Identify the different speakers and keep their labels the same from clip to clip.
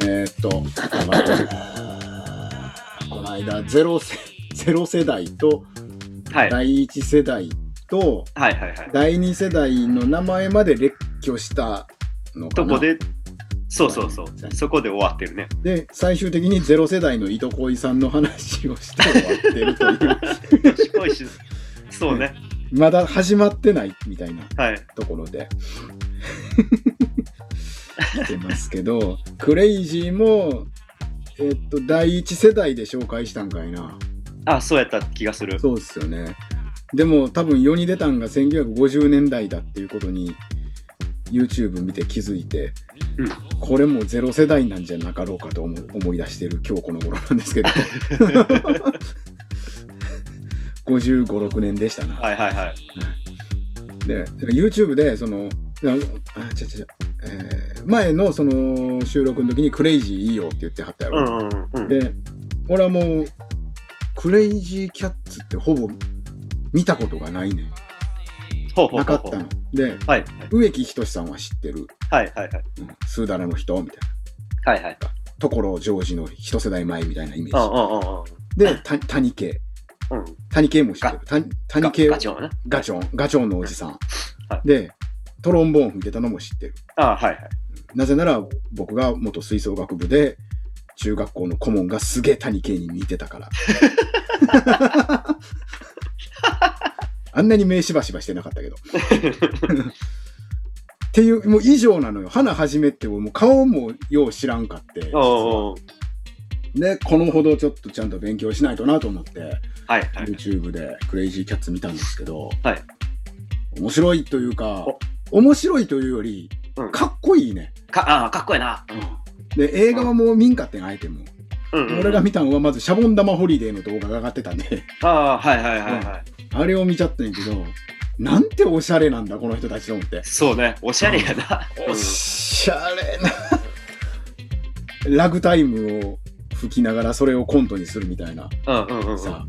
Speaker 1: えー っと、待ってこの間、ゼロ世ゼロ世代と
Speaker 2: はい。はい
Speaker 1: 第一世代と
Speaker 2: はいはい。
Speaker 1: 第二世代の名前まで列挙したのか
Speaker 2: と
Speaker 1: な。
Speaker 2: こで、そうそうそう
Speaker 1: は。い
Speaker 2: そこで終わってるね。
Speaker 1: で、最終的にゼロ世代のいとこいさんの話をして終わってるという、
Speaker 2: 賢いし、そうね。
Speaker 1: まだ始まってないみたいな
Speaker 2: はい。
Speaker 1: ところで 来てますけど、クレイジーも、えっと、第一世代で紹介したんかいな。
Speaker 2: あ、そうやった気がす る。
Speaker 1: そうですよね。でも多分世に出たんが1950年代だっていうことに YouTube 見て気づいて、
Speaker 2: うん
Speaker 1: これもゼロ世代なんじゃなかろうかと思思い出してる今日この頃なんですけど 55、6年でしたな。
Speaker 2: はいはいはい。
Speaker 1: で YouTube でそのああちゃちゃちゃ、えー前のその収録の時に「クレイジーいいよ」って言ってはったや
Speaker 2: う
Speaker 1: ろ。
Speaker 2: んうんうんうん。
Speaker 1: で俺はもうクレイジーキャッツってほぼ見たことがないねん
Speaker 2: ほうほう
Speaker 1: なか
Speaker 2: ほう
Speaker 1: っ
Speaker 2: ほ
Speaker 1: た
Speaker 2: う
Speaker 1: の。で
Speaker 2: はい
Speaker 1: 植木仁さんは知ってる、
Speaker 2: はいはいはい。
Speaker 1: うん、スーダラの人みたいな
Speaker 2: はいはい。
Speaker 1: ところジョージの一世代前みたいなイメ
Speaker 2: うんう
Speaker 1: ージでた谷系
Speaker 2: んうんうん。うん。
Speaker 1: 谷系も知ってる谷
Speaker 2: ガ
Speaker 1: 谷系
Speaker 2: ガチョウね。
Speaker 1: ガチョンガチョンのおじさん、
Speaker 2: は
Speaker 1: でトロンボーン吹いてたのも知ってる
Speaker 2: あはいはい。
Speaker 1: なぜなら僕が元吹奏楽部で中学校の顧問がすげえ谷系に似てたから。あんなに目しばしばしてなかったけど。っていう、もう以上なのよ。花始めって、もう顔もよう知らんかって。
Speaker 2: おお
Speaker 1: で、このほどちょっとちゃんと勉強しないとなと思って、
Speaker 2: はいはい。
Speaker 1: YouTube でクレイジーキャッツ見たんですけど、
Speaker 2: はい
Speaker 1: 面白いというか
Speaker 2: お、
Speaker 1: 面白いというより
Speaker 2: う、ん
Speaker 1: かっこいいね。
Speaker 2: か、あかっこいいな。
Speaker 1: で映画はもう見んかってんあえても、
Speaker 2: うんうん。
Speaker 1: 俺が見たのはまずシャボン玉ホリデーの動画が上がってたんで
Speaker 2: ああ、はいはいはいはい。
Speaker 1: あれを見ちゃったんやけどなんておしゃれなんだこの人たちと思って
Speaker 2: そうね。おしゃれやな。
Speaker 1: おしゃれなラグタイムを吹きながらそれをコントにするみたいな
Speaker 2: うんうんうんうん。
Speaker 1: さ、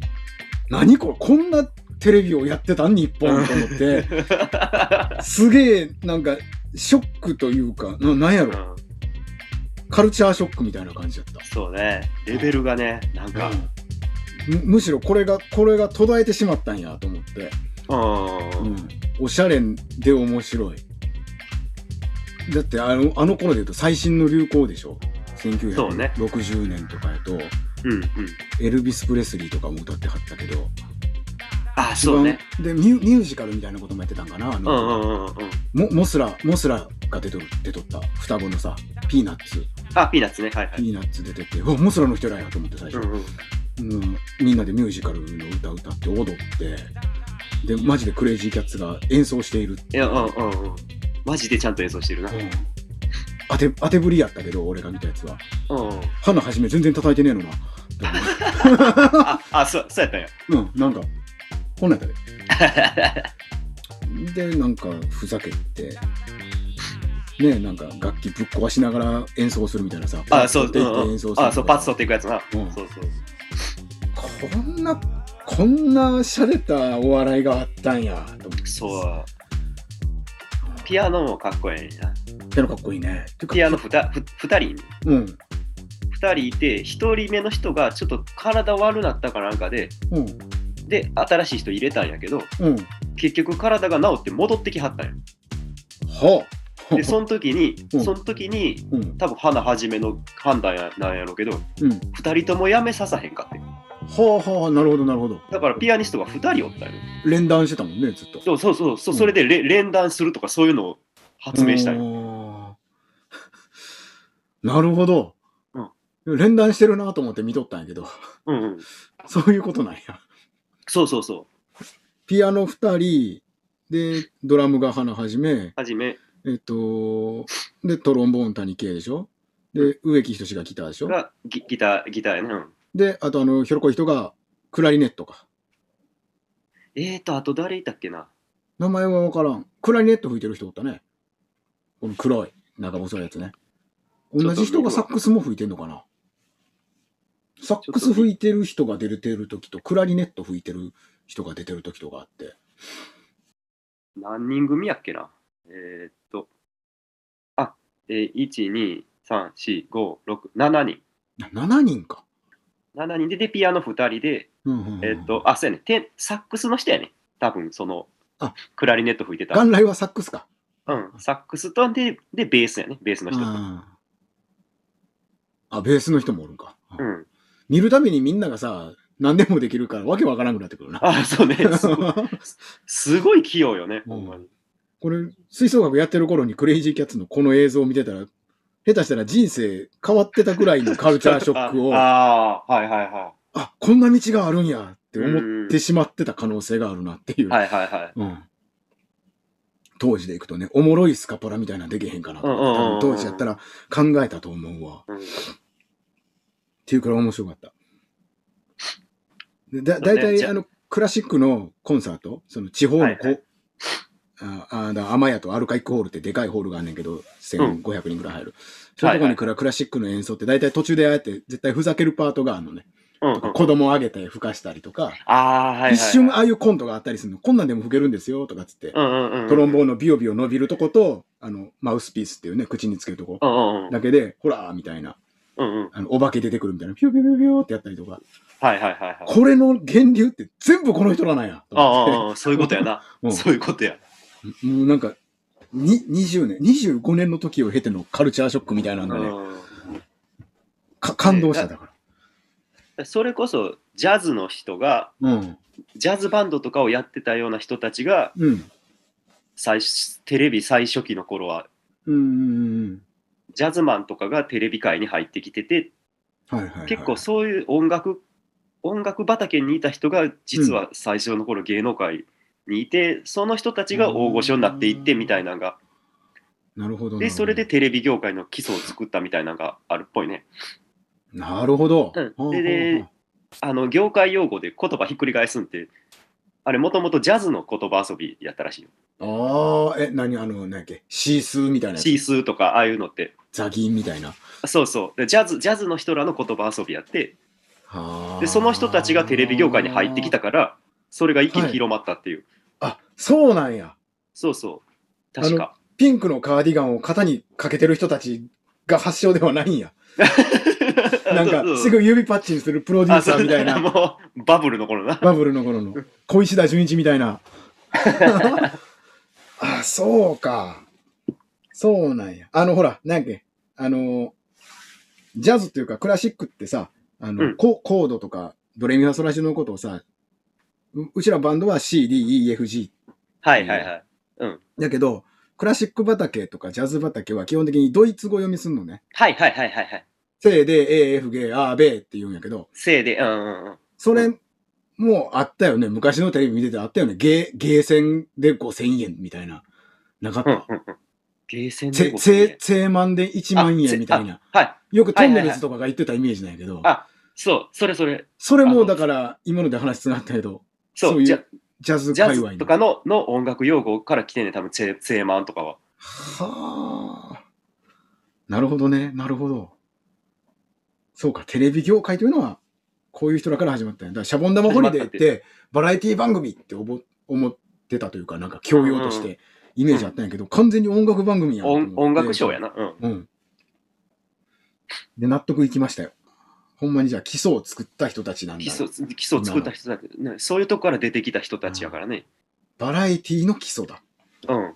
Speaker 1: 何これこんなテレビをやってたん日本と思ってすげえなんかショックというかななんや
Speaker 2: う
Speaker 1: ろ
Speaker 2: ん
Speaker 1: カルチャーショックみたいな感じだった
Speaker 2: そうね。レベルがね、なんか。
Speaker 1: むむしろこれがこれが途絶えてしまったんやと思って、
Speaker 2: うん。うん
Speaker 1: おしゃれで面白いだってあのあの頃で言うと最新の流行でしょ
Speaker 2: そうね
Speaker 1: 1960年とかやと、
Speaker 2: うん。
Speaker 1: エルビス・プレスリーとかも歌ってはったけど
Speaker 2: あ、そうね。
Speaker 1: 一番でミュミュージカルみたいなこともやってたんかなあ
Speaker 2: う
Speaker 1: の
Speaker 2: んうんうんうん。
Speaker 1: もモスラモスラが出とる出とった双子のさピーナッツ
Speaker 2: あ、ピーナッツね。はいはい。
Speaker 1: ピーナッツ出てて、うわモスラの人らやと思って最初、
Speaker 2: うんうん。
Speaker 1: うん、みんなでミュージカルの歌歌って踊ってでマジでクレイジーキャッツが演奏している
Speaker 2: いや、うんうんうん。マジでちゃんと演奏してるな。
Speaker 1: うん当て当てぶりやったけど俺が見たやつは
Speaker 2: うん うん。
Speaker 1: 花はじめ全然叩いてねえのな
Speaker 2: あ、あ、そう、そうやったんや。
Speaker 1: うんなんかこんなんやった ででなんかふざけてねなんか楽器ぶっ壊しながら演奏するみたいなさ
Speaker 2: あ、そう、
Speaker 1: パッと
Speaker 2: う
Speaker 1: 取ってい
Speaker 2: ん
Speaker 1: って演
Speaker 2: うん
Speaker 1: 奏する
Speaker 2: あ、そう、パッツ取っていくやつな。
Speaker 1: うん
Speaker 2: そうそう。
Speaker 1: こんなこんな洒落たお笑いがあったんやと思って
Speaker 2: そう。ピアノもかっこいいな。
Speaker 1: ピアノかっこいいねていうか
Speaker 2: ピアノふたふ二人、
Speaker 1: うん
Speaker 2: 二人いて、一人目の人がちょっと体悪なったかなんかで、
Speaker 1: うん
Speaker 2: で、新しい人入れたんやけど、
Speaker 1: うん。
Speaker 2: 結局体が治って戻ってきはったん
Speaker 1: はあ。
Speaker 2: や。で、その時に、
Speaker 1: うん
Speaker 2: その時に、
Speaker 1: うん。
Speaker 2: 多分花はじめの判断やなんやろうけど、
Speaker 1: うん。
Speaker 2: 二人ともやめささへんかって。
Speaker 1: はあはあ、なるほど、なるほど。
Speaker 2: だからピアニストが二人おったんや。
Speaker 1: 連弾してたもんね、ずっと。
Speaker 2: そうそうそう、そ
Speaker 1: う
Speaker 2: う
Speaker 1: ん
Speaker 2: それでれ連弾するとかそういうのを発明したんよ。
Speaker 1: よ。 なるほど。連弾してるなと思って見とったんやけど、
Speaker 2: うんうん、
Speaker 1: そういうことなんや。
Speaker 2: そうそうそう。
Speaker 1: ピアノ二人、で、ドラムが花はじめ、
Speaker 2: はじめ
Speaker 1: えっと、で、トロンボーン谷系でしょで、植木仁がギターでしょ
Speaker 2: がギギター、ギターやね。うん
Speaker 1: で、あとあの、ひょろこい人がクラリネットか。
Speaker 2: えーと、あと誰いたっけな
Speaker 1: 名前はわからん。クラリネット吹いてる人おったね。この黒い、長細いやつね。同じ人がサックスも吹いてんのかなサックス吹いてる人が出てる時とクラリネット吹いてる人が出てる時とかあって。
Speaker 2: 何人組やっけなえーっと、あ、えー、1、2、3、4、5、6、7人。
Speaker 1: な7人か。
Speaker 2: 7人で、で、ピアノ2人で、
Speaker 1: うんうんうん
Speaker 2: えーっと、あ、そうやね、てサックスの人やね。多分、その
Speaker 1: あ、
Speaker 2: クラリネット吹いてた。
Speaker 1: 元来はサックスか。
Speaker 2: うん、サックスと、で、で、ベースやね、ベースの人。
Speaker 1: あーあ、ベースの人もおるんか。
Speaker 2: うん。
Speaker 1: 見るたびにみんながさ、何でもできるからわけわからなくなってくるな。
Speaker 2: あ、そうね、すごいすごい器用よね、ほんまに。
Speaker 1: これ、吹奏楽やってる頃にクレイジーキャッツのこの映像を見てたら、下手したら人生変わってたくらいのカルチャーショックを、あ
Speaker 2: ああー、はいはいは
Speaker 1: こんな道があるんやって思ってしまってた可能性があるなっていう。
Speaker 2: い。はいはいはい。
Speaker 1: うん。当時でいくとね、おもろいスカパラみたいなのできへんかなと
Speaker 2: うんうんうんう
Speaker 1: 思
Speaker 2: ん
Speaker 1: って、多分当時やったら考えたと思うわ。っ
Speaker 2: うん
Speaker 1: ていうくらい面白かった。でだ大
Speaker 2: そうね
Speaker 1: 体、
Speaker 2: じゃあ
Speaker 1: あの、クラシックのコンサート、その地方のこ、
Speaker 2: は
Speaker 1: ああだ雨屋とアルカイックホールってでかいホールがあんねんけど、1500人くらい入る。そういうとこに来るクラシックの演奏って大体途中でああやって絶対ふざけるパートがあるのね。
Speaker 2: うんう
Speaker 1: とか
Speaker 2: ん。
Speaker 1: 子供あげて吹かしたりとか、
Speaker 2: ああ、はいはいはい。
Speaker 1: 一瞬ああいうコントがあったりするの。こんなんでも吹けるんですよとかっつって。
Speaker 2: うんうんうん。
Speaker 1: トロンボ
Speaker 2: ー
Speaker 1: ーンのビヨビヨ伸びるとこと、あの、マウスピースっていうね、口につけるとこ
Speaker 2: うんうんうん。
Speaker 1: だけで、ほらーみたいな、
Speaker 2: うんうん。
Speaker 1: あの、お化け出てくるみたいな、ピューピューピューピューってやったりとか、
Speaker 2: はいはいはいはい。
Speaker 1: これの源流って全部この人らなんや、と
Speaker 2: ああ
Speaker 1: 思っ
Speaker 2: ああ、そういうことやな。
Speaker 1: うん
Speaker 2: そういうことや。
Speaker 1: て。もうなんか、に、20年、25年の時を経てのカルチャーショックみたいなのがね、
Speaker 2: う
Speaker 1: か感動しただか
Speaker 2: んそれこそジャズの人が、
Speaker 1: ら。うん。
Speaker 2: ジャズバンドとかをやってたような人たちが、
Speaker 1: うん。
Speaker 2: 最テレビ最初期の頃は、
Speaker 1: うんうん
Speaker 2: ジャズマンとかがテレビ界に入ってきてて、
Speaker 1: うん。はいはい、はい。
Speaker 2: 結構そういう音楽、音楽畑にいた人が、実は最初の頃芸能界にいて、その人たちが大御所になっていってみたいなのが、
Speaker 1: なるほど。なる
Speaker 2: で、
Speaker 1: ほど
Speaker 2: それで。テレビ業界の基礎を作ったみたいなのがあるっぽいね。
Speaker 1: なるほど。
Speaker 2: う
Speaker 1: ほ
Speaker 2: ん
Speaker 1: うほうほう
Speaker 2: でであの業界用語で言葉ひっくり返すんってあれもともとジャズの言葉遊びやったらしいよ。
Speaker 1: ああ、え、何あの、何やっけ、シースーみたいなやつ
Speaker 2: シースーとかああいうのって
Speaker 1: ザギンみたいな。
Speaker 2: そうそうでジャズジャズの人らの言葉遊びやって
Speaker 1: はー
Speaker 2: でその人たちがテレビ業界に入ってきたからそれが一気に広まったっていう、
Speaker 1: あそうなんや。
Speaker 2: そうそう確か
Speaker 1: ピンクのカーディガンを肩にかけてる人たちが発祥ではないんや。 なんか
Speaker 2: そうそう
Speaker 1: すぐ指パッチンするプロデュー
Speaker 2: あ
Speaker 1: サ
Speaker 2: そ
Speaker 1: ー
Speaker 2: う
Speaker 1: みたいな、
Speaker 2: もうバブルの頃な
Speaker 1: バブルの頃の小石田純一みたい な。あそうか。そうなんや。あのほら、なんやっけ、あの、ジャズっていうかクラシックってさ、あの、
Speaker 2: うん
Speaker 1: ココードとかドレミファソラシドのことをさ、ううちらバンドは CDEFG
Speaker 2: はいはいはい
Speaker 1: だけど、クラシック畑とかジャズ畑は基本的にドイツ語読みすんのね。
Speaker 2: はいはいはいはいはい
Speaker 1: せいで A、F、G、A、B って言うんやけど、
Speaker 2: せいでうんうんうん
Speaker 1: それもあったよね。昔のテレビ見ててあったよね。ゲー、ゲーセンで5000円みたいな。なかっ
Speaker 2: うん
Speaker 1: た。
Speaker 2: うんうんゲーセン
Speaker 1: せ、
Speaker 2: で
Speaker 1: せ、せいまんで1万
Speaker 2: あせ
Speaker 1: 円みたいな。
Speaker 2: はい
Speaker 1: よくトンネルズとかが言ってたイメージなんやけど
Speaker 2: い、あそうそれそれ
Speaker 1: それもだから今ので話つながったけど、
Speaker 2: そう
Speaker 1: そういう
Speaker 2: じゃ
Speaker 1: ジャズ
Speaker 2: ジャ
Speaker 1: 界隈
Speaker 2: ズと
Speaker 1: の。
Speaker 2: かのの音楽用語から来てんねん多分チェチェーマンとかは。
Speaker 1: はあ。なるほどね。なるほど。そうか、テレビ業界というのは、こういう人らから始まったんやだからシャボン玉ホリデーっ
Speaker 2: 始
Speaker 1: て、バラエティ番組って思思ってたというか、なんか教養としてイメージあったんやけど、完全に音楽番組やんと思っ
Speaker 2: 音
Speaker 1: て
Speaker 2: 音楽賞や。な。うん。
Speaker 1: うん。で、納得いきましたよ。ほんまにじゃあ基礎を作った人たちなんだ。
Speaker 2: 基礎基礎を作った人だけ、ね、そういうとこから出てきた人たちやからね。
Speaker 1: バラエティの基礎だ。
Speaker 2: うん。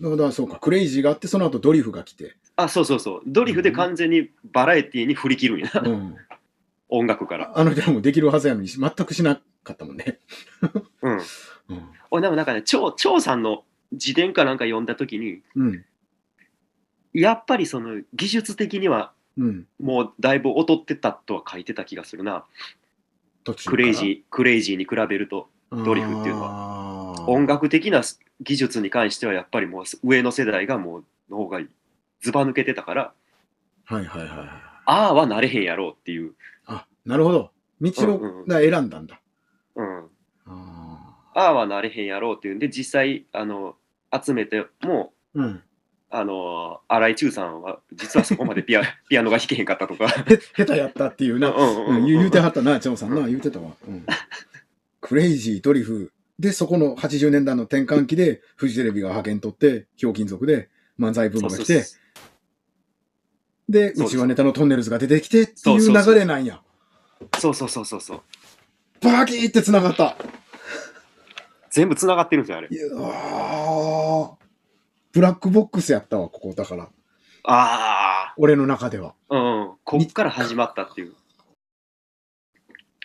Speaker 1: だからそうか、クレイジーがあって、その後ドリフが来て。
Speaker 2: あ、そうそうそう。ドリフで完全にバラエティに振り切るんやな。
Speaker 1: うん。
Speaker 2: 音楽から。
Speaker 1: あの人らもできるはずやのに、全くしなかったもんね。
Speaker 2: うん。
Speaker 1: うん。
Speaker 2: 俺でもなんかね、張張さんの自伝かなんか読んだ時に、
Speaker 1: うん。
Speaker 2: やっぱりその技術的には
Speaker 1: うん。
Speaker 2: もうだいぶ劣ってたとは書いてた気がするな。
Speaker 1: 途中
Speaker 2: クレイジー、クレイジーに比べると。
Speaker 1: ー
Speaker 2: ドリフっていうの
Speaker 1: は
Speaker 2: 音楽的な技術に関してはやっぱりもう上の世代がもうの方がずば抜けてたから
Speaker 1: はいはいはいはい。
Speaker 2: ああはなれへんやろうっていう、
Speaker 1: あ、なるほど。道を
Speaker 2: うんうん
Speaker 1: が選んだんだ。
Speaker 2: うん、
Speaker 1: あ
Speaker 2: ああはなれへんやろうっていうんで実際あの集めても
Speaker 1: ーうん。
Speaker 2: あの荒井中さんは実はそこま でピアピアノが弾けへんかったとか
Speaker 1: 下手やったっていうな、
Speaker 2: うんうんうん
Speaker 1: う、
Speaker 2: うんん
Speaker 1: 言う言うてはったな、チャオさんな、言うてたわ。うんクレイジー、ドリフ。で、そこの80年代の転換期で、フジテレビが派遣取って、ひょうきん族で漫才ブームが来て、で、
Speaker 2: そう
Speaker 1: うちはネタのトンネルズが出てきてっていう
Speaker 2: そうそうそ
Speaker 1: 流
Speaker 2: う
Speaker 1: れなんや。
Speaker 2: そうそうそうそうそう
Speaker 1: バキーって繋がった。
Speaker 2: 全部つながってるんですよあれ
Speaker 1: いやーブラックボックスやったわ、ここ。だから、
Speaker 2: あ
Speaker 1: 俺の中では。
Speaker 2: あうんこっから始まったっていう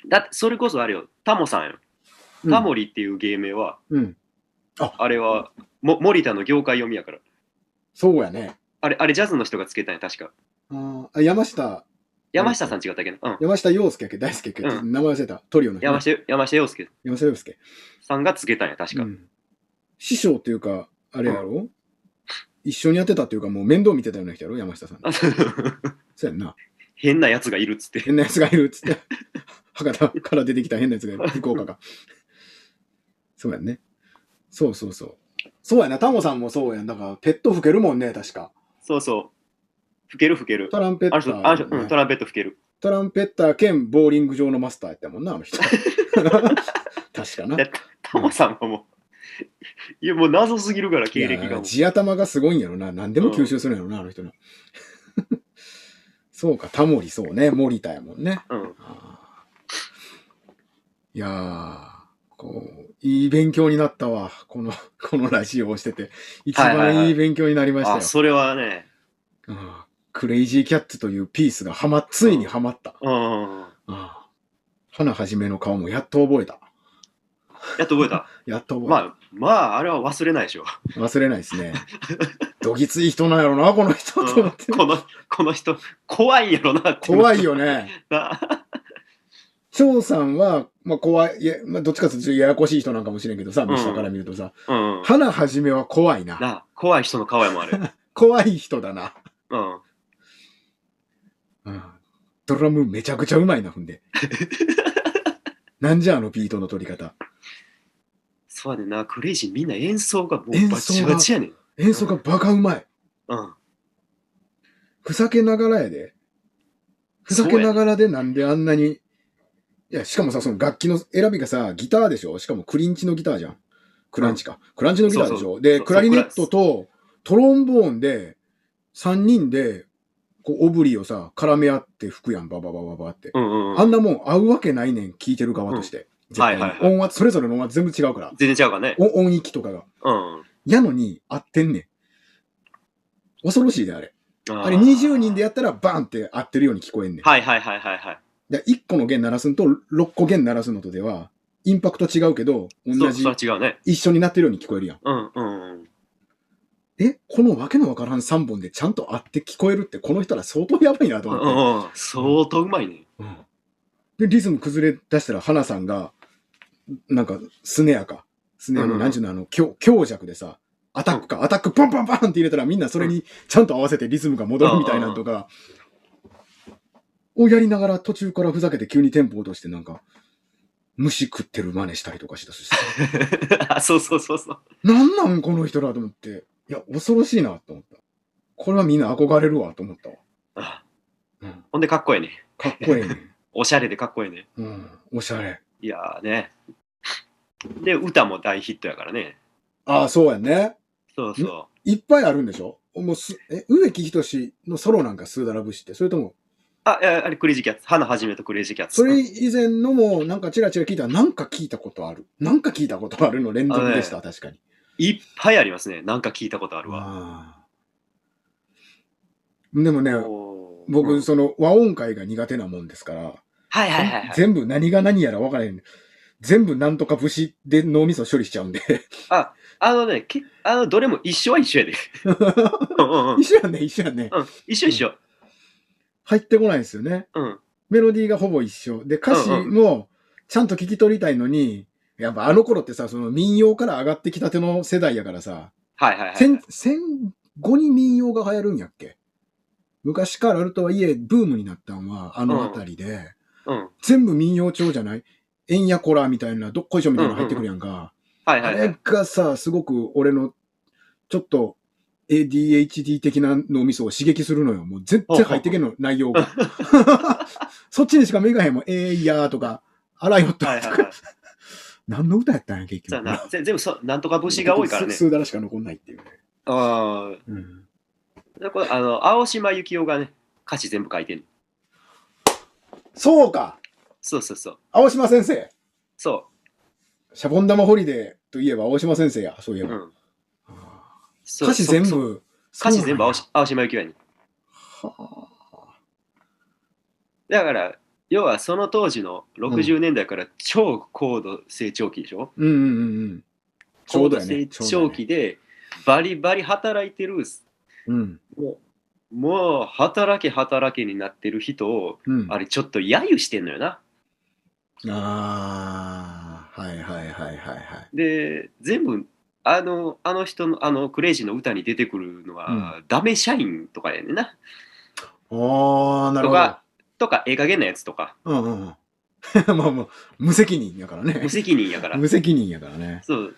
Speaker 2: だってそれこそあれよタモさんよ
Speaker 1: うん
Speaker 2: タモリっていう芸名は、
Speaker 1: うん。
Speaker 2: あれはも森田の業界読みやから
Speaker 1: そうやね。
Speaker 2: あれあれジャズの人がつけたんや確か
Speaker 1: あー山下、
Speaker 2: 山下さん違ったっけな、うん、
Speaker 1: 山下洋介やっけ、大輔やっけ、
Speaker 2: う
Speaker 1: 名前忘れた。トリオの人ね
Speaker 2: 山下山下洋介
Speaker 1: 山下洋介。
Speaker 2: さんがつけたんや確か、
Speaker 1: うん師匠っていうか、あれやろ、一緒にやってたっていうか、もう面倒見てたような人やろ山下さん。
Speaker 2: あそう
Speaker 1: そうやんな。
Speaker 2: 変なやつがいるっつって
Speaker 1: 変なやつがいるっつって、博多から出てきた変なやつがいる、福岡が。そうやんね。そうそうそう。そうやな、タモさんもそうやん。だから、ペット吹けるもんね、確か。
Speaker 2: そうそう吹ける吹ける
Speaker 1: トランペッ
Speaker 2: あ
Speaker 1: タ
Speaker 2: の
Speaker 1: ー、
Speaker 2: 人、あの人、うん、ト
Speaker 1: トラ
Speaker 2: ランペット吹ける。
Speaker 1: ンペッター兼ボーリング場のマスターやったもんな、あの 人。確かな。
Speaker 2: でタモさんはもう、いや、もう謎すぎるから、経
Speaker 1: い
Speaker 2: 歴
Speaker 1: や
Speaker 2: がもう。
Speaker 1: 地頭がすごいんやろな。何でも吸収するんやろな、あの 人な。そうか、タモリそうね。森田やもんね。
Speaker 2: うん、
Speaker 1: あーいやー、こう、いい勉強になったわ。この、 このラジオをしてて。一
Speaker 2: はいはい
Speaker 1: 番
Speaker 2: はいい
Speaker 1: い勉強になりましたよ。
Speaker 2: あ、それはね、
Speaker 1: あークレイジーキャッツというピースがはま、ついにはまった。
Speaker 2: うん。
Speaker 1: あー花はじめの顔もやっと覚えた。
Speaker 2: やっと覚えた。
Speaker 1: やっと覚えた。
Speaker 2: まあ、まあ、あれは忘れないで しょ。
Speaker 1: 忘れないですね。 どぎつい人なんやろな、この人
Speaker 2: うん
Speaker 1: と思って。
Speaker 2: この、この人、怖いんやろな、
Speaker 1: 怖い
Speaker 2: よ。
Speaker 1: よね。
Speaker 2: な
Speaker 1: 張さんは、まあ、怖い、いや、まあ、どっちかというとややこしい人なんかもしれんけどさ、
Speaker 2: ん
Speaker 1: 下から見るとさ、
Speaker 2: うん。
Speaker 1: 花はじめは怖いな。
Speaker 2: な、怖い人の顔やも ん、あれ。
Speaker 1: 怖い人だな。
Speaker 2: うん。
Speaker 1: うんドラムめちゃくちゃうまいな、ほん で。なんじゃあのビートの取り方。
Speaker 2: そうやねんな、クレイジーみんな演奏がも
Speaker 1: 演奏
Speaker 2: う
Speaker 1: が
Speaker 2: バチバチやねん。
Speaker 1: 演奏がバカうまい。
Speaker 2: うん。
Speaker 1: ふざけながらやで。ふざけながらでなんであんなに。いや、しかもさ、その楽器の選びがさ、ギターでしょしかもクリンチのギターじゃん。クランチか。クランチのギターでしょ
Speaker 2: そうそう
Speaker 1: で、
Speaker 2: そう
Speaker 1: クラリネットとトロンボーンで、3人で、こう、オブリーをさ、絡め合って吹くやん、ババババババって。
Speaker 2: うんうんう
Speaker 1: あ
Speaker 2: ん。
Speaker 1: んなもん合うわけないねん、聴いてる側として。絶対に
Speaker 2: はいはいはい
Speaker 1: 音圧、それぞれの音圧全部違うから。
Speaker 2: 全然違うからね。
Speaker 1: お音域とかが。
Speaker 2: うん。
Speaker 1: やのに合ってんねん。恐ろしいで、あれ。
Speaker 2: あ
Speaker 1: あれ20人でやったらバーンって合ってるように聞こえんねん。
Speaker 2: はいはいはいはいはい。
Speaker 1: で1個の弦鳴らすのと6個弦鳴らすのとでは、インパクト違うけど、
Speaker 2: そ
Speaker 1: 同
Speaker 2: う
Speaker 1: じ
Speaker 2: そ、れは違うね。
Speaker 1: 一緒になってるように聞こえるやん。
Speaker 2: うんうんうん。
Speaker 1: え、このわけのわからん3本でちゃんと合って聞こえるって、この人ら相当やばいなと
Speaker 2: う
Speaker 1: 思
Speaker 2: ん
Speaker 1: って。
Speaker 2: うんうん。相当うまいね。
Speaker 1: うんで、リズム崩れ出したら、花さんが、なんか、スネアか。スネア
Speaker 2: うんう
Speaker 1: の、
Speaker 2: ん
Speaker 1: なんちゅうの、あの、強強弱でさ、アタックか、アタックパンパンパンって入れたら、みんなそれにちゃんと合わせてリズムが戻るみたいなのとか、をやりながら途中からふざけて急にテンポ落として、なんか、虫食ってる真似したりとかしたしさ、
Speaker 2: あそうそうそうそう。
Speaker 1: なんなんこの人らと思って、いや、恐ろしいなと思った。これはみんな憧れるわと思ったわ。
Speaker 2: あ
Speaker 1: うん、
Speaker 2: ほんでかっこいいね。
Speaker 1: かっこええね。
Speaker 2: おしゃれでかっこいいね。
Speaker 1: うん、おしゃれ。
Speaker 2: いやーね。で、歌も大ヒットやからね。
Speaker 1: ああ、そうやね。
Speaker 2: そうそ
Speaker 1: いっぱいあるんでしょもうす、え、植木仁のソロなんかスーダラ節って、それとも、
Speaker 2: う。あ、いやあれクレイジーキャッツ。花はじめとクレイジーキャッツ。
Speaker 1: それ以前のも、なんかチラチラ聞いたら、なんか聞いたことある。なんか聞いたことあるの連続でした、確かに。
Speaker 2: いっぱいありますね。なんか聞いたことあるわ。
Speaker 1: あーでもね、
Speaker 2: おーう
Speaker 1: 僕、
Speaker 2: ん
Speaker 1: その和音階が苦手なもんですから、
Speaker 2: はいはいはいはい。
Speaker 1: 全部何が何やら分からへん。全部なんとか節で脳みそ処理しちゃうんで。
Speaker 2: あのね、けあのどれも一緒は一緒 やで。うんうんうん、
Speaker 1: 一緒やね、一緒やね。
Speaker 2: うん一緒一緒。
Speaker 1: 入ってこないですよね。
Speaker 2: うん。
Speaker 1: メロディーがほぼ一緒。で、歌詞もちゃんと聞き取りたいのに、やっぱあの頃ってさ、その民謡から上がってきたての世代やからさ、
Speaker 2: はいはいはい。
Speaker 1: 戦戦後に民謡が流行るんやっけ昔からあるとはいえ、ブームになったんはあのあたりで、
Speaker 2: うん。
Speaker 1: 全部民謡調じゃないエンヤコラみたいな、どっこいしょみたいなの入ってくるやんか。
Speaker 2: はいはいは
Speaker 1: あ
Speaker 2: い。
Speaker 1: れがさ、すごく俺の、ちょっと、 ADHD 的な脳みそを刺激するのよ。もう全然入ってけんの、内容が。 そっちにしか目がへんもん。えー、いやーとか、あらよっとか。
Speaker 2: はいはいはい。
Speaker 1: 何の歌やったんや、結
Speaker 2: そうや
Speaker 1: 局。
Speaker 2: なぜ全部そなんとか節が多いからね
Speaker 1: す。数だらしか残んないっていうね。
Speaker 2: あ
Speaker 1: うん
Speaker 2: あ。これあの青島幸男がね、歌詞全部書いてる。
Speaker 1: そうか
Speaker 2: そうそうそう。
Speaker 1: 青島先生
Speaker 2: そ
Speaker 1: シャボン玉ホリデーといえば青島先生や、そういえ
Speaker 2: う。う
Speaker 1: ば。
Speaker 2: ん。そう
Speaker 1: 歌詞全
Speaker 2: そ
Speaker 1: 部。
Speaker 2: 歌詞全部青
Speaker 1: そう
Speaker 2: し青島幸男やね。
Speaker 1: なんやは
Speaker 2: だから、要はその当時の60年代から超高度成長期でしょ、
Speaker 1: うんうんうんうん。ちょ
Speaker 2: 高
Speaker 1: うど
Speaker 2: 度
Speaker 1: やね
Speaker 2: 成。
Speaker 1: ちょう
Speaker 2: 長
Speaker 1: どやね
Speaker 2: 期でバリバリ働いてる、
Speaker 1: うん。
Speaker 2: もうもう働け働けになってる人を、
Speaker 1: うん。
Speaker 2: あれちょっと揶揄してんのよな。
Speaker 1: ああ、はいはいはいはいはい。
Speaker 2: で、全部、あの、あの人の、あの、クレイジーの歌に出てくるのは、
Speaker 1: う
Speaker 2: ダメ社員とかやねんな。
Speaker 1: ああ、なるほど
Speaker 2: とか。とか、ええ加減なやつとか、
Speaker 1: うんうんうん。 まあまあ、無責任やからね
Speaker 2: 無。責任やから。
Speaker 1: 無責任やからね。
Speaker 2: そう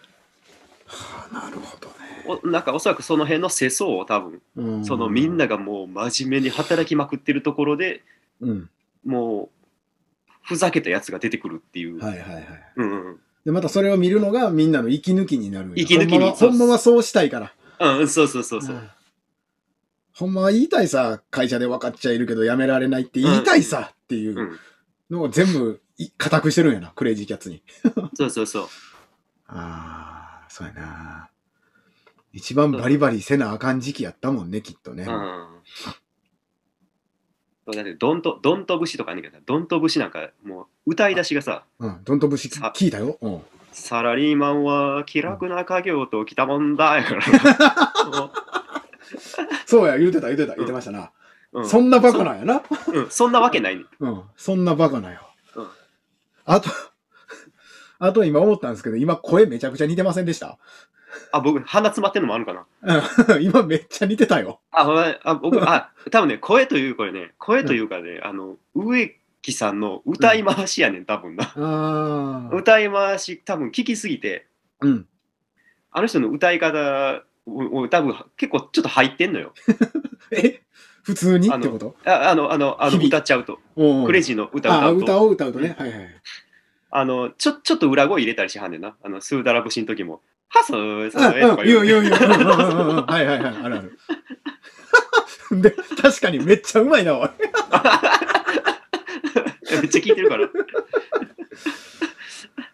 Speaker 1: はあ、なるほどね。
Speaker 2: おなんかおそらくその辺の世相を多分
Speaker 1: う
Speaker 2: そのみん、ながもう真面目に働きまくってるところで
Speaker 1: うん、
Speaker 2: もうふざけたやつが出てくるっていう、
Speaker 1: はいはいはい。
Speaker 2: うんうん
Speaker 1: で、またそれを見るのがみんなの息抜きになるんや。
Speaker 2: 息抜きに
Speaker 1: ほんまは
Speaker 2: そう
Speaker 1: ほんまはそうしたいから。
Speaker 2: うんうん、そうそうそうそう、、
Speaker 1: んほんまは言いたいさ、会社で分かっちゃいるけど辞められないって言いたいさっていううんのを全部い固くしてるんやな、クレイジーキャッツに。
Speaker 2: そうそうそう
Speaker 1: ああ、そうやな。一番バリバリせなあかん時期やったもんね、きっとね。
Speaker 2: うんそうだってドンとドンと節とかあんねんけどドンと節なんかもう歌い出しがさ
Speaker 1: うん、どんとぶし聞いたよ。うん。
Speaker 2: サラリーマンは気楽な家業ときたもんだやから、も
Speaker 1: そうや、言うてた、言うてた、言うてましたな。
Speaker 2: ううん
Speaker 1: そんなバカなんやな。
Speaker 2: そ,、うん、そんなわけないねん
Speaker 1: うん、そんなバカなんよ。
Speaker 2: うん
Speaker 1: あと、あと今思ったんですけど、今声めちゃくちゃ似てませんでした。
Speaker 2: あ僕鼻詰まってんのもあるかな
Speaker 1: うん今めっちゃ似てたよ。
Speaker 2: あ、ほら、あ、僕、あ、多分ね、声というかね、声というかね、あの、植木さんの歌い回しやねん、多分な。
Speaker 1: ああ。
Speaker 2: 歌い回し、多分聞きすぎて、
Speaker 1: うん。
Speaker 2: あの人の歌い方、おお多分結構ちょっと入ってんのよ。
Speaker 1: え普通にってこと
Speaker 2: ああの、あの、あの
Speaker 1: 日々
Speaker 2: 歌っちゃうと。クレイ
Speaker 1: ジ
Speaker 2: ジーの歌
Speaker 1: ああ、
Speaker 2: 歌う
Speaker 1: 歌
Speaker 2: と。
Speaker 1: を歌うとね。はいはい。
Speaker 2: あの、ちょ、ちょっと裏声入れたりしはんねんな。あの、スーダラ節の時も、はそー、そーえと
Speaker 1: うん、
Speaker 2: か
Speaker 1: うん、言
Speaker 2: 言
Speaker 1: う
Speaker 2: う。
Speaker 1: 言う言う。うんうんうん うんうんはいはいはい、あるある。 で、確かにめっちゃうまいな、おい。
Speaker 2: めっちゃ聞いてるから。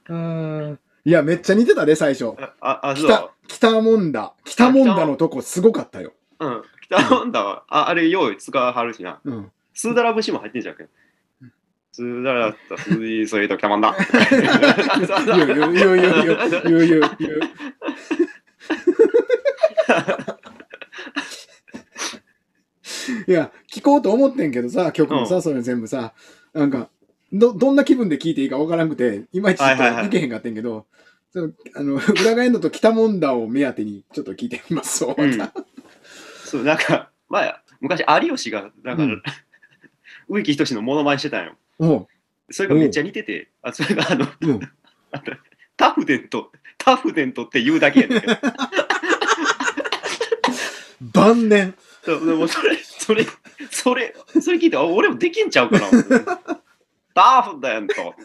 Speaker 1: うん。いや、めっちゃ似てたで、最初。
Speaker 2: ああ、あ、そう
Speaker 1: 北。、北もんだ。北もんだのとこすごかったよ。
Speaker 2: うん。北本田は、あ、あれ、よう使わはるしな。
Speaker 1: うん。
Speaker 2: スーダラ節も入ってんじゃんけ。スーダラだったら、スイソイとキャマ ンだ。
Speaker 1: 言う言う言う言う言う言う言ういや聞こうと思ってんけどさ曲もさ、
Speaker 2: う
Speaker 1: それ全部さなんかどどんな気分で聴いていいかわからんくていまいちちょっと
Speaker 2: はいはいはい
Speaker 1: いけへんかってんけど、そのあの裏返るのと北もんだを目当てにちょっと聞いてみますわ、
Speaker 2: うん
Speaker 1: また
Speaker 2: そう、なんか、前、昔、有吉が、なんか、
Speaker 1: うん
Speaker 2: 植木仁のモノマネしてたんよ。
Speaker 1: おう
Speaker 2: それがめっちゃ似てて、あそれが、あの、
Speaker 1: うん
Speaker 2: タフデント、タフデントって言うだけや ねんけど。
Speaker 1: 晩年
Speaker 2: そうでもそれ、それ、それ、それ聞いて、あ俺もできんちゃうかな。思ってタフデント。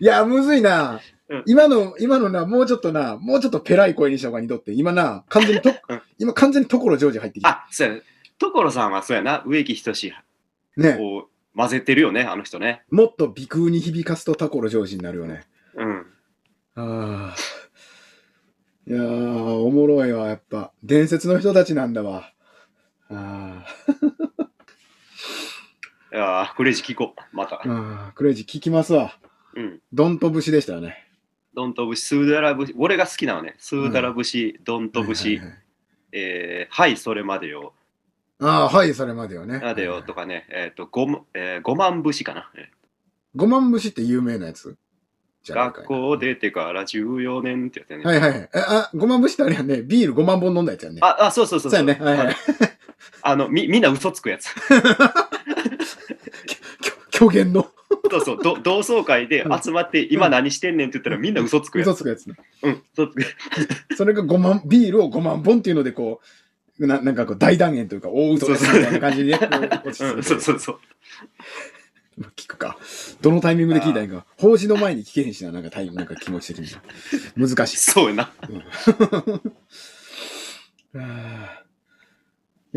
Speaker 1: いやむずいな、
Speaker 2: うん
Speaker 1: 今の今のなもうちょっとなもうちょっとペラい声にした方が似とって今な完全にと、
Speaker 2: うん
Speaker 1: 今完全に所ジョージ入ってきた
Speaker 2: あ、そうや、所さんはそうやな、植木仁
Speaker 1: ね
Speaker 2: を混ぜてるよね、あの人ね。
Speaker 1: もっと鼻腔に響かすとタコの上司になるよね。
Speaker 2: うん。
Speaker 1: ああ。いやー、おもろいわ、やっぱ。伝説の人たちなんだわ。あ
Speaker 2: いやークレイジー聞こう、また
Speaker 1: ー。あー、クレイジー聞きますわ。
Speaker 2: うん。
Speaker 1: ドンと節でしたよね。
Speaker 2: ドンと節、スーダラ節、俺が好きなのね、スーダラ節、ドンと
Speaker 1: はい、
Speaker 2: 節
Speaker 1: はいはい
Speaker 2: えーはい、それまでよ、
Speaker 1: ああ、はい、それまでよね。
Speaker 2: までよとかね、えっ、と、ごま、えー、五万節かな。えー
Speaker 1: 五万節って有名なやつじゃあ
Speaker 2: 学校を。出てから14年ってやってね。
Speaker 1: はいはいはい。えあ、五万節ってあれやね。ビール五万本飲んだやつやね。
Speaker 2: あ、あ、そうそうそう
Speaker 1: そうやねはいはい
Speaker 2: あのあの、み、みんな嘘つくやつ。
Speaker 1: 虚言の。
Speaker 2: そうそうど同窓会で集まって今何してんねんって言ったらみんな嘘つくや
Speaker 1: 嘘
Speaker 2: つ。
Speaker 1: つくやつね。
Speaker 2: うん、嘘つく。
Speaker 1: それが5万、ビールを5万本っていうので、こう、ななんかこう大断言というか、大嘘ですみたいな感じで、こ う落ち
Speaker 2: うん、
Speaker 1: 着
Speaker 2: そ
Speaker 1: く
Speaker 2: うそうそう。
Speaker 1: まあ聞くか。どのタイミングで聞いたらいいか。法事の前に聞けへんしな、なんかタイム、なんか気持ち的に。難しい。
Speaker 2: そうやな。
Speaker 1: あー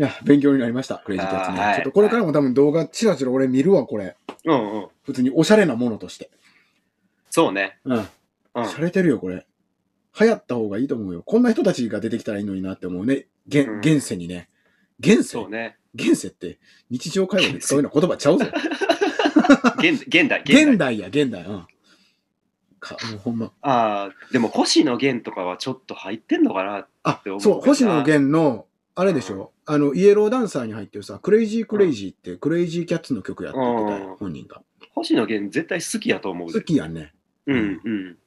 Speaker 1: いや、勉強になりました、クレイジーキャッツね。
Speaker 2: あーはい
Speaker 1: ちょっとこれからも多分動画ちらちら俺見るわ、これ。
Speaker 2: うんうん。
Speaker 1: 普通におしゃれなものとして。
Speaker 2: そうね。
Speaker 1: うん。
Speaker 2: うん。
Speaker 1: されてるよ、これ。流行った方がいいと思うよ。こんな人たちが出てきたらいいのになって思うね。げ
Speaker 2: うん
Speaker 1: ん、現世にね。現
Speaker 2: そう
Speaker 1: 世
Speaker 2: ね。
Speaker 1: 現世って日常会話で使うような言葉ちゃうぞ。
Speaker 2: 現現代、現代。
Speaker 1: 現代や、現代。うん。か、もうほんま。
Speaker 2: ああ、でも星野源とかはちょっと入ってんのかな
Speaker 1: あ
Speaker 2: て思、う
Speaker 1: そう、
Speaker 2: けどな
Speaker 1: 星野源の、あれでしょ、あの、イエローダンサーに入ってるさ、クレイジークレイジーって、クレイジーキャッツの曲やって言ってた
Speaker 2: うん
Speaker 1: よ、本人が。
Speaker 2: 星野源絶対好きやと思う
Speaker 1: 好
Speaker 2: で。
Speaker 1: きやんね。
Speaker 2: うんうん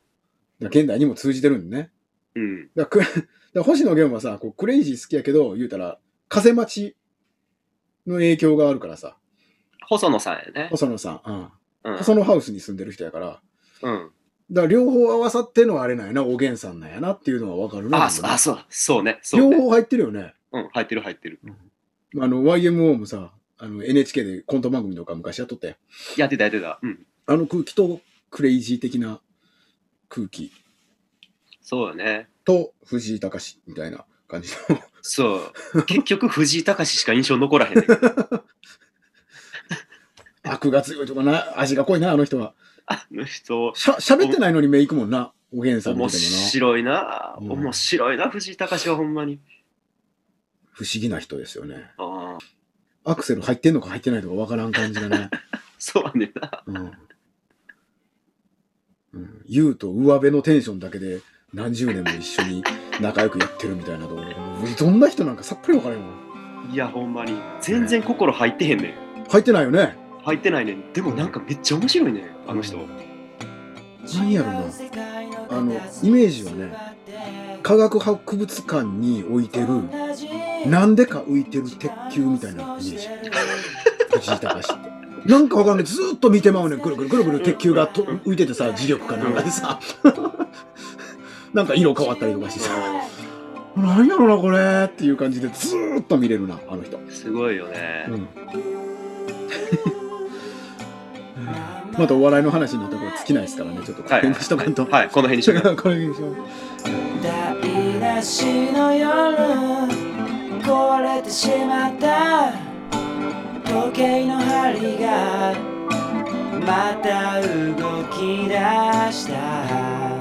Speaker 1: だから現代にも通じてるんでね。
Speaker 2: うん。
Speaker 1: だからく だから星野源はさ、こうクレイジー好きやけど、言うたら、風待ちの影響があるからさ、
Speaker 2: 細野さんやね。
Speaker 1: 細野さん、うん。
Speaker 2: うん。
Speaker 1: 細野ハウスに住んでる人やから、
Speaker 2: うん、
Speaker 1: だから両方合わさってのあれなんやな、おげんさんなんやなっていうのはわかるな。
Speaker 2: あ、そう、あ、そう、そうね。そう
Speaker 1: 両
Speaker 2: ね。
Speaker 1: 方入ってるよね。
Speaker 2: うん、入ってる入ってる。
Speaker 1: あの、YMO もさ、あの、NHK でコント番組とか昔やっとったやん
Speaker 2: やってたやってた。うん。
Speaker 1: あの空気とクレイジー的な空気
Speaker 2: そうよね。
Speaker 1: と藤井隆みたいな感じ の。
Speaker 2: そう。結局、藤井隆しか印象残らへんねんけど。
Speaker 1: 悪が強いとかな、味が濃いな、あの人は。
Speaker 2: あの人、
Speaker 1: しゃ、喋ってないのに目いくもんな、おげんさんみ
Speaker 2: 面
Speaker 1: たいな。
Speaker 2: 白いな。
Speaker 1: うん
Speaker 2: 面白いな、藤井隆はほんまに。
Speaker 1: 不思議な人ですよね。
Speaker 2: ああ、
Speaker 1: アクセル入ってんのか入ってないのかわからん感じがね。
Speaker 2: そうやねんな。
Speaker 1: うん。うん、言うと上辺のテンションだけで何十年も一緒に仲良くやってるみたいなところ。もうどんな人なんかさっぱりわからんもん。
Speaker 2: いや、ほんまに。全然心入ってへんねん。
Speaker 1: 入ってないよね。
Speaker 2: 入ってないねん。でもなんかめっちゃ面白いねん、あの人。
Speaker 3: 何やろなあのイメージはね
Speaker 1: 科学博物館に置いてる
Speaker 3: な
Speaker 1: なんんでか浮いてる
Speaker 3: 鉄
Speaker 1: 鉄球
Speaker 3: 球
Speaker 1: み
Speaker 3: み
Speaker 1: た
Speaker 3: た
Speaker 1: い
Speaker 3: い
Speaker 1: な
Speaker 3: な
Speaker 1: イ
Speaker 3: イ
Speaker 1: メー
Speaker 3: メ
Speaker 1: ジ。
Speaker 3: ー
Speaker 1: 藤井隆って。なんかわかんない。ずーっと見てまうねん。くるくるくるくる鉄球がと浮いててさ、磁力かなんかでさ。 なんか色変わったりとかして
Speaker 3: ジ
Speaker 1: さ。なんやろな、これっていう感じでずーっと見れるな、あの人。
Speaker 2: すごいよね。
Speaker 1: うん。 またお笑いの話になったらこれ尽きないですからね。ちょっとこの辺にしとかんと。
Speaker 2: はい、この辺にしとく。
Speaker 1: これにしよう。
Speaker 3: 台無しの夜壊れてしまった時計の針がまた動き出した